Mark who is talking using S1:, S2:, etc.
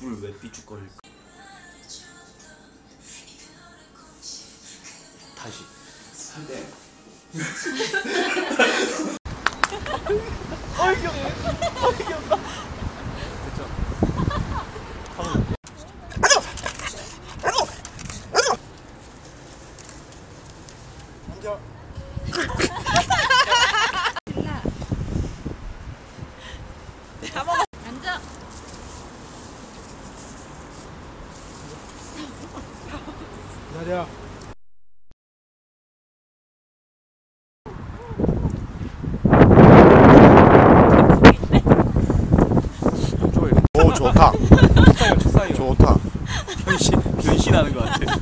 S1: 불을 왜 비축거릴까? 다시.
S2: 앉아.
S3: 기다려.
S4: 오 좋다
S1: 첫사요, 첫사요.
S4: 좋다
S1: 그 변신, 변신하는 것 같아.